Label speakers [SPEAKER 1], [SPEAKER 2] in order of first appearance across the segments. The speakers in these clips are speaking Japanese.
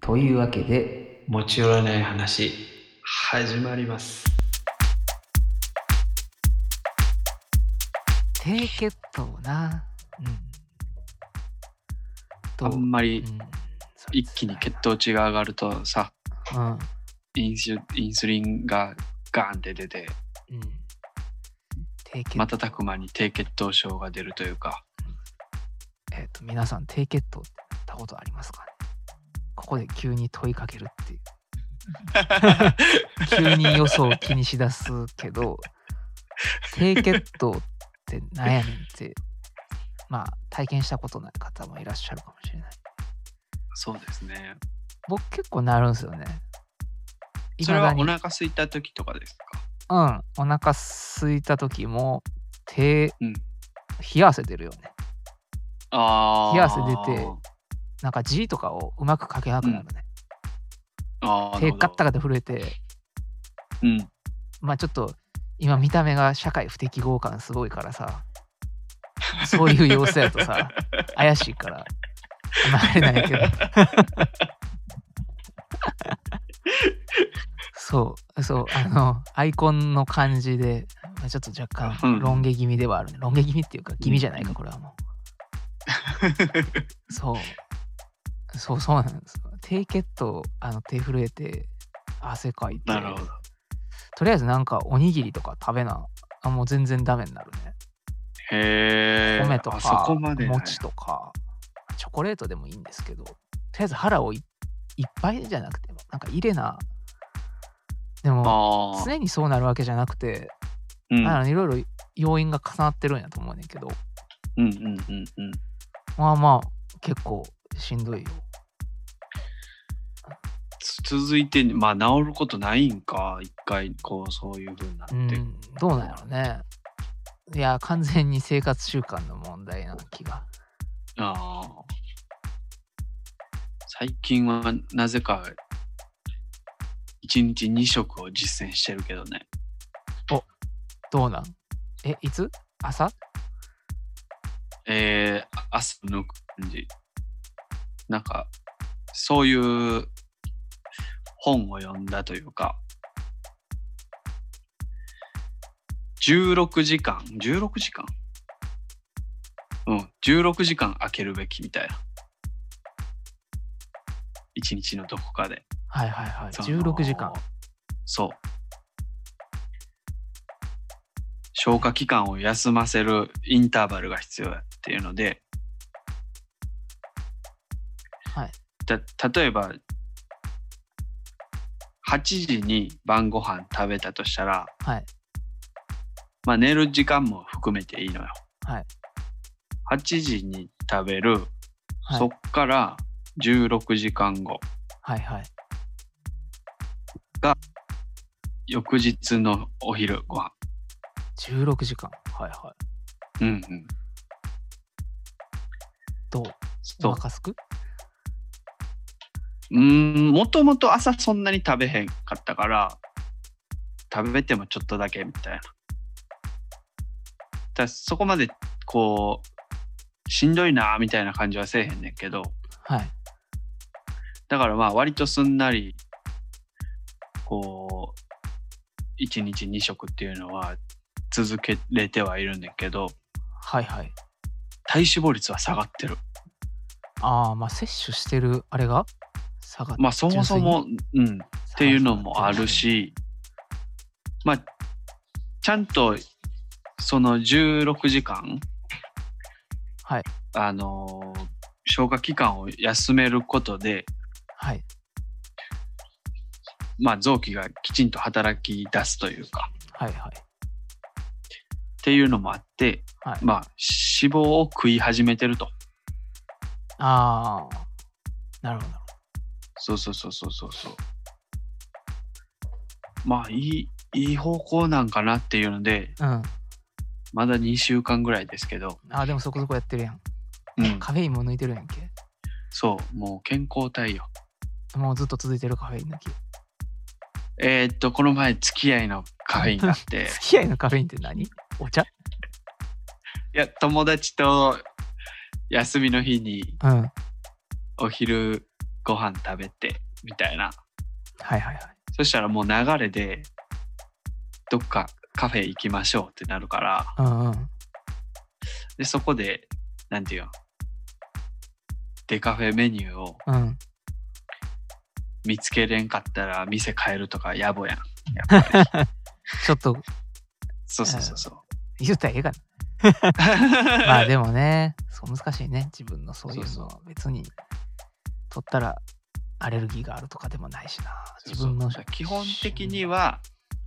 [SPEAKER 1] というわけで、
[SPEAKER 2] 持ち寄らない話、始まります。
[SPEAKER 1] 低血糖な。うん。と
[SPEAKER 3] あんま
[SPEAKER 1] う
[SPEAKER 3] り
[SPEAKER 1] んそう
[SPEAKER 3] 一気に血糖値が上がるとさ、
[SPEAKER 1] うん。うん。
[SPEAKER 3] インスインスリンがガーンって出て、
[SPEAKER 1] 低血糖。
[SPEAKER 3] 瞬く間に低血糖症が出るとい うか、
[SPEAKER 1] えっ、と、皆さん、低血糖って言ったことありますかねここで急に問いかけるっていう。急に予想を気にしだすけ ど、低血糖って何やねんって、まあ、体験したことない方もいらっしゃるかもしれない。
[SPEAKER 3] そうですね。
[SPEAKER 1] 僕結構なるんですよね。
[SPEAKER 3] それは
[SPEAKER 1] 未
[SPEAKER 3] お
[SPEAKER 1] だに
[SPEAKER 3] 腹空いた時とかですか
[SPEAKER 1] うん、お腹空いた時も、手、
[SPEAKER 3] うん
[SPEAKER 1] 冷や汗出るよね。
[SPEAKER 3] ああ。
[SPEAKER 1] 冷や汗出てなんか字とかをうまく書けなくなるね。
[SPEAKER 3] あー
[SPEAKER 1] 手
[SPEAKER 3] なるほど
[SPEAKER 1] ガッタガタ震えて、
[SPEAKER 3] うん。
[SPEAKER 1] まあちょっと今見た目が社会不適合感すごいからさそういう様子やとさ怪しいからあんまあれなんやけ どそうそうあのアイコンの感じでまあちょっと若
[SPEAKER 3] うん
[SPEAKER 1] 干ロン毛気味ではあるね、ロン毛気味っていうか気味じゃないかこれはもうそうそうそうなんですよ低血糖あの手震えて汗かいて
[SPEAKER 3] なるほど。
[SPEAKER 1] とりあえずなんかおにぎりとか食べなあもう全然ダメになるね
[SPEAKER 3] へえ。
[SPEAKER 1] 米と
[SPEAKER 3] あそ
[SPEAKER 1] か
[SPEAKER 3] こまでなんや
[SPEAKER 1] 餅とかチョコレートでもいいんですけどとりあえず腹をいいっぱいじゃなくてなんか入れなでも
[SPEAKER 3] ああ。
[SPEAKER 1] 常にそうなるわけじゃなくて
[SPEAKER 3] うん
[SPEAKER 1] あのいろいろ要因が重なってるんやと思うねんけど
[SPEAKER 3] うんうんうんうん。
[SPEAKER 1] まあまあ結構しんどいよ
[SPEAKER 3] つ続いて、まあ治ることないんか、一回こう、そういうふうになって。
[SPEAKER 1] うんどうなんやろねいや完全に生活習慣の問題な気が
[SPEAKER 3] ああ。最近はなぜか、一日2食を実践してるけどね。
[SPEAKER 1] どうなんえいつ朝
[SPEAKER 3] えー、朝抜く感じ。なんか、そういう本を読んだというか、16時間、16時間うん、16時間空けるべきみたいな。一日のどこかで。
[SPEAKER 1] はいはいはい
[SPEAKER 3] その
[SPEAKER 1] 16時間
[SPEAKER 3] そう消化器官を休ませるインターバルが必要だっていうので、
[SPEAKER 1] はい
[SPEAKER 3] た例えば8時に晩ご飯食べたとしたら、
[SPEAKER 1] はい
[SPEAKER 3] まあ、寝る時間も含めていいのよ、
[SPEAKER 1] はい
[SPEAKER 3] 8時に食べる、
[SPEAKER 1] はい
[SPEAKER 3] そっから16時間後
[SPEAKER 1] はいはい
[SPEAKER 3] 翌日のお昼ご飯
[SPEAKER 1] 16時間はいはい
[SPEAKER 3] うんうん
[SPEAKER 1] どう
[SPEAKER 3] そ
[SPEAKER 1] お
[SPEAKER 3] う
[SPEAKER 1] 腹すく
[SPEAKER 3] うーんもともと朝そんなに食べへんかったから食べてもちょっとだけみたいなだそこまでこうしんどいなみたいな感じはせえへんねんけど
[SPEAKER 1] はい
[SPEAKER 3] だからまあ割とすんなりこう1日2食っていうのは続けれてはいるんだけど
[SPEAKER 1] はいはい
[SPEAKER 3] 体脂肪率は下がってる
[SPEAKER 1] ああまあ摂取してるあれが下がっ
[SPEAKER 3] まあそもそもうんっていうのもあるし、まあ、ちゃんとその16時間、
[SPEAKER 1] はい
[SPEAKER 3] あのー消化器官を休めることで、
[SPEAKER 1] はい
[SPEAKER 3] まあ、臓器がきちんと働き出すというか
[SPEAKER 1] はいはい
[SPEAKER 3] っていうのもあって、
[SPEAKER 1] はい
[SPEAKER 3] まあ、脂肪を食い始めてると
[SPEAKER 1] ああなるほどなる
[SPEAKER 3] そうそうそうそうそうそうまあいいいい方向なんかなっていうので
[SPEAKER 1] ほどうん
[SPEAKER 3] まだ2週間ぐらいですけど、
[SPEAKER 1] あーでもそこそこやってるやん
[SPEAKER 3] うん、
[SPEAKER 1] カフェインも抜いてるやんけ
[SPEAKER 3] そうもう健康体よ
[SPEAKER 1] もうずっと続いてるカフェイン抜き
[SPEAKER 3] えーっと、この前、付き合いのカフェインがあって、
[SPEAKER 1] 付き合いのカフェインって何お茶
[SPEAKER 3] いや、友達と休みの日に
[SPEAKER 1] うん
[SPEAKER 3] お昼ご飯食べてみたいな
[SPEAKER 1] はいはいはい。
[SPEAKER 3] そしたらもう流れでどっかカフェ行きましょうってなるから
[SPEAKER 1] うんうん。
[SPEAKER 3] でそこでなんていうのデカフェメニューを
[SPEAKER 1] うん。
[SPEAKER 3] 見つけれんかったら店変えるとか野暮やん
[SPEAKER 1] ちょっと
[SPEAKER 3] そうそうそうそう
[SPEAKER 1] 言ったらええか な。まあでもね、そう難しいね。自分のそういう
[SPEAKER 3] そ
[SPEAKER 1] の
[SPEAKER 3] う
[SPEAKER 1] は別に取ったらアレルギーがあるとかでもないしな。
[SPEAKER 3] そう
[SPEAKER 1] 自
[SPEAKER 3] そう
[SPEAKER 1] 分の
[SPEAKER 3] 基本的には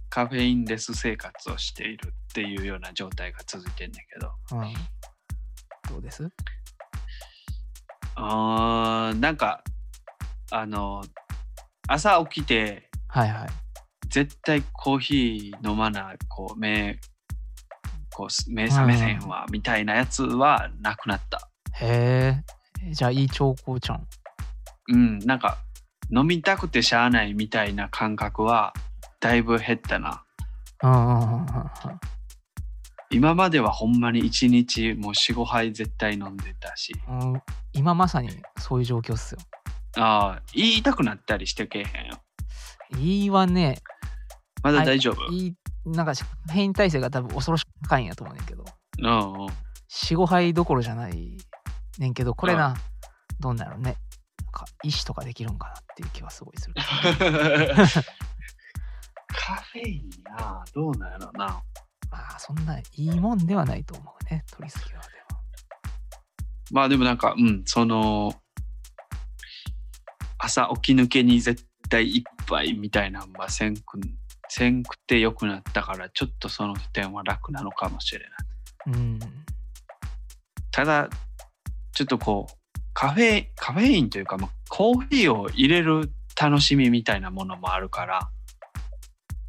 [SPEAKER 3] カフェインレス生活をしているっていうような状態が続いてんだけど
[SPEAKER 1] うん。どうです
[SPEAKER 3] あーなんかあの朝起きて
[SPEAKER 1] はいはい。
[SPEAKER 3] 絶対コーヒー飲まなこう目こうす目覚めへんわみたいなやつはなくなった
[SPEAKER 1] へえ。じゃあいい兆候ちゃん。
[SPEAKER 3] うんなんか飲みたくてしゃあないみたいな感覚はだいぶ減ったな
[SPEAKER 1] うんうんうんうんうん。
[SPEAKER 3] 今まではほんまに1日もう45杯絶対飲んでたし
[SPEAKER 1] うん今まさにそういう状況っすよ。
[SPEAKER 3] ああ言いたくなったりしてけえへんよ
[SPEAKER 1] いいわね、
[SPEAKER 3] まだ大丈夫、
[SPEAKER 1] いいなんか変異体制が多分恐ろしく高いんやと思うねんけど、
[SPEAKER 3] うんうん
[SPEAKER 1] 4、5杯どころじゃないねんけど、これな、どうなるね。なんか医師とかできるんかなっていう気はすごいす る。
[SPEAKER 3] カフェインなどうなんやろな
[SPEAKER 1] まあそんないいもんではないと思うね、取りすぎはでは。
[SPEAKER 3] まあでもなんかうんその朝起き抜けに絶対一杯みたいなんはせんくせんくてよくなったからちょっとその点は楽なのかもしれない
[SPEAKER 1] うん。
[SPEAKER 3] ただちょっとこうカフェカフェインというか、まあ、コーヒーを入れる楽しみみたいなものもあるから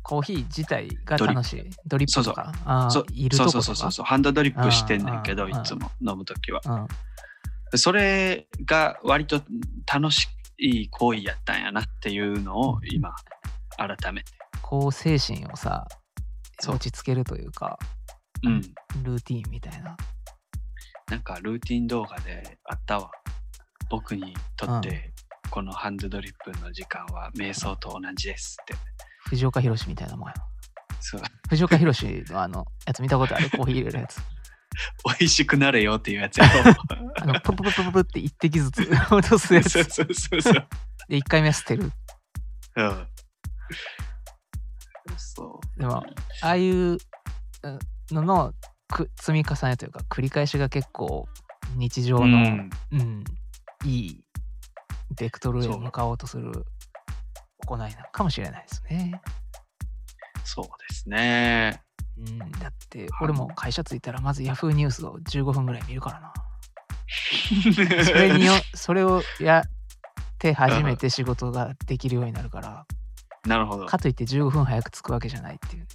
[SPEAKER 1] コーヒー自体が楽しい。ドリップとか、あ
[SPEAKER 3] そ
[SPEAKER 1] ーいると
[SPEAKER 3] そう
[SPEAKER 1] こと
[SPEAKER 3] そう
[SPEAKER 1] か。
[SPEAKER 3] そうそうそうハンドドリップしてんねんけ
[SPEAKER 1] あ
[SPEAKER 3] ど
[SPEAKER 1] ー
[SPEAKER 3] い
[SPEAKER 1] あー
[SPEAKER 3] つも飲む時は
[SPEAKER 1] うん、
[SPEAKER 3] それが割と楽しい行為やったんやなっていうのを今改めて
[SPEAKER 1] こう精神をさ
[SPEAKER 3] そう
[SPEAKER 1] 落ち着けるというか
[SPEAKER 3] うん
[SPEAKER 1] ルーティーンみたいな
[SPEAKER 3] なんかルーティン動画であったわ僕にとってこのハンドドリップの時間は瞑想と同じですって
[SPEAKER 1] 藤岡弘みたいなもんやな
[SPEAKER 3] そう
[SPEAKER 1] 藤岡弘のあのやつ見たことあるコーヒー入れるやつ
[SPEAKER 3] 美味しくなれよっていうやつや
[SPEAKER 1] あのプルプルプルプルって一滴ずつ落とす
[SPEAKER 3] ろ
[SPEAKER 1] や
[SPEAKER 3] そう
[SPEAKER 1] つ
[SPEAKER 3] そうそうそう
[SPEAKER 1] で1回目は捨てる
[SPEAKER 3] うんそう
[SPEAKER 1] でもああいううののく積み重ねというか繰り返しが結構日常
[SPEAKER 3] う
[SPEAKER 1] の、
[SPEAKER 3] ん
[SPEAKER 1] うんいいベクトルへ
[SPEAKER 3] そう
[SPEAKER 1] 向かおうとする行いなのかもしれないですね。
[SPEAKER 3] そうですね
[SPEAKER 1] うん、だって俺も会社着いたらまずヤフーニュースを15分ぐらい見るからな。それ によそれをやって初めて仕事ができるようになるから、
[SPEAKER 3] なるほど
[SPEAKER 1] かといって15分早く着くわけじゃないっていうね。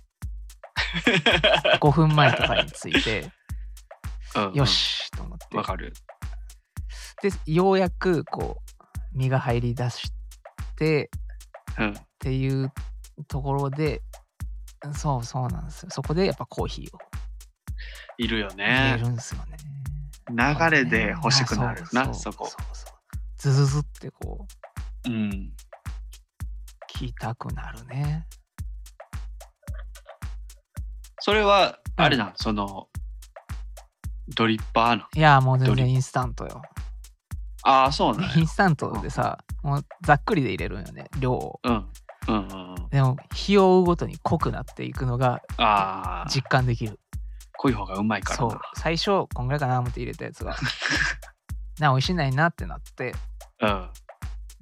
[SPEAKER 1] 5分前とかに着い て、
[SPEAKER 3] うんうん
[SPEAKER 1] よしと思って。
[SPEAKER 3] わかる
[SPEAKER 1] で、ようやくこう、身が入り出して
[SPEAKER 3] うん
[SPEAKER 1] っていうところで、そうそうなんですよ。そこでやっぱコーヒーを
[SPEAKER 3] いるよ
[SPEAKER 1] 入れ
[SPEAKER 3] ね
[SPEAKER 1] るんですよね。
[SPEAKER 3] 流れで欲しくなるよなそこ
[SPEAKER 1] うそうズズズってこう
[SPEAKER 3] うん
[SPEAKER 1] 聞きたくなるね
[SPEAKER 3] それはあれなんそのドリッパーない
[SPEAKER 1] やもう全
[SPEAKER 3] ど
[SPEAKER 1] 然
[SPEAKER 3] れ
[SPEAKER 1] インスタントよ
[SPEAKER 3] ああそうなん
[SPEAKER 1] イ
[SPEAKER 3] や
[SPEAKER 1] ンスタントでさもうざっくりで入れるんよね量を
[SPEAKER 3] うんうんうんうん
[SPEAKER 1] でも日を追うごとに濃くなっていくのが
[SPEAKER 3] ああ
[SPEAKER 1] 実感できる
[SPEAKER 3] 濃い方がうまいから
[SPEAKER 1] そ
[SPEAKER 3] な
[SPEAKER 1] う最初こんぐらいかな思って入れたやつ がな美味しないなってなって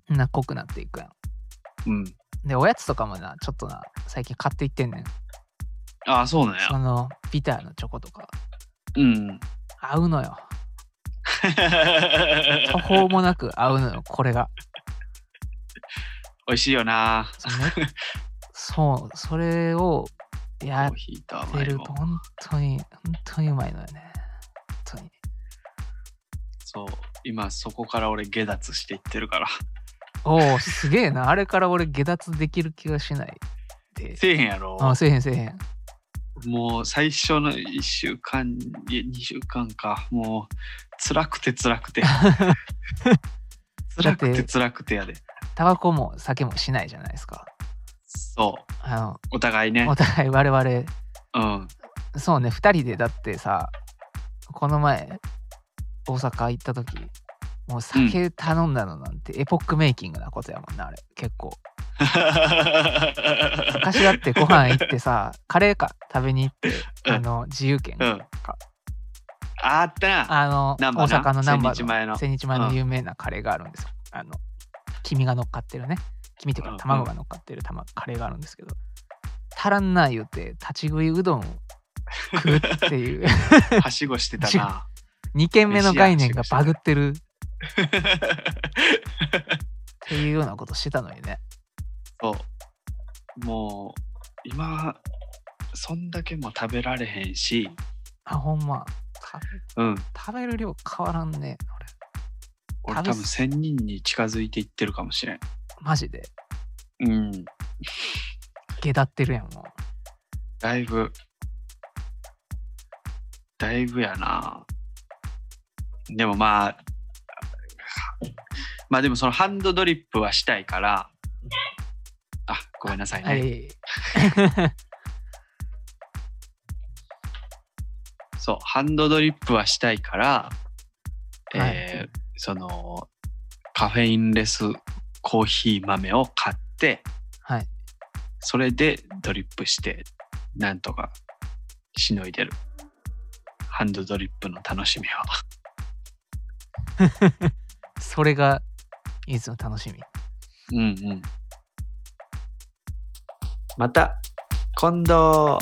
[SPEAKER 1] な濃くなっていくや
[SPEAKER 3] うんうん
[SPEAKER 1] んでおやつとかもなちょっとな最近買っていってんねん
[SPEAKER 3] ああそうなん
[SPEAKER 1] そ
[SPEAKER 3] や
[SPEAKER 1] のビターのチョコとか
[SPEAKER 3] うん
[SPEAKER 1] 合うのよ途方もなく合うのよこれが
[SPEAKER 3] 美味しいよな
[SPEAKER 1] その ねそう、それを
[SPEAKER 3] コ
[SPEAKER 1] やっ
[SPEAKER 3] ーヒーと
[SPEAKER 1] て
[SPEAKER 3] 甘い
[SPEAKER 1] る
[SPEAKER 3] も
[SPEAKER 1] と
[SPEAKER 3] ん
[SPEAKER 1] 本当に、本当にうまいのよね。本当に。
[SPEAKER 3] そう今そこから俺下脱していってるから
[SPEAKER 1] おお、すげえな。あれから俺下脱できる気がしない。 で、
[SPEAKER 3] せえへんやろ
[SPEAKER 1] あ、せえへんせえへん。
[SPEAKER 3] もう最初の1週間いや2週間かもう辛くて辛くて辛くて辛くてやで。
[SPEAKER 1] タバコも酒もしないじゃないですか。
[SPEAKER 3] そ
[SPEAKER 1] あの
[SPEAKER 3] う。お互いね
[SPEAKER 1] お。互い我々
[SPEAKER 3] うん。
[SPEAKER 1] そうね2人でだってさこの前大阪行った時もう酒頼んだのなんてエポックメイキングなことやもんなあれ結構昔だってご飯行って さカレーか食べに行って
[SPEAKER 3] うん
[SPEAKER 1] あの自由軒
[SPEAKER 3] うん
[SPEAKER 1] か、
[SPEAKER 3] あった な。
[SPEAKER 1] あの
[SPEAKER 3] 難
[SPEAKER 1] 大
[SPEAKER 3] 波な
[SPEAKER 1] 阪の難波
[SPEAKER 3] 千日前の
[SPEAKER 1] 千日前の
[SPEAKER 3] うん
[SPEAKER 1] 有名なカレーがあるんですよ、あの黄身が乗っかってるね黄身という
[SPEAKER 3] うん
[SPEAKER 1] か卵が乗っかってる卵カレーがあるんですけど足らんな言うて立ち食いうどんを食うっていう
[SPEAKER 3] はしごしてたな。
[SPEAKER 1] 2軒目の概念がバグってるっていうようなことしてたのにね
[SPEAKER 3] そう。もう、今、そんだけも食べられへんし、
[SPEAKER 1] あほんま食べ
[SPEAKER 3] うん。
[SPEAKER 1] 食べる量変わらんね俺食
[SPEAKER 3] 俺
[SPEAKER 1] べ
[SPEAKER 3] 多
[SPEAKER 1] す
[SPEAKER 3] 分1000人に近づいていってるかもしれん。
[SPEAKER 1] マジで
[SPEAKER 3] うん。
[SPEAKER 1] 下だってるやんもう
[SPEAKER 3] だいぶ、だいぶやな。でもまあ、まあでもそのハンドドリップはしたいから、あ、ごめんなさいね。
[SPEAKER 1] はい
[SPEAKER 3] そう、ハンドドリップはしたいから、
[SPEAKER 1] はい
[SPEAKER 3] えーその、カフェインレスコーヒー豆を買って、
[SPEAKER 1] はい
[SPEAKER 3] それでドリップして、なんとかしのいでる。ハンドドリップの楽しみは。
[SPEAKER 1] それがいつも楽しみ
[SPEAKER 3] うんうん。また、今度。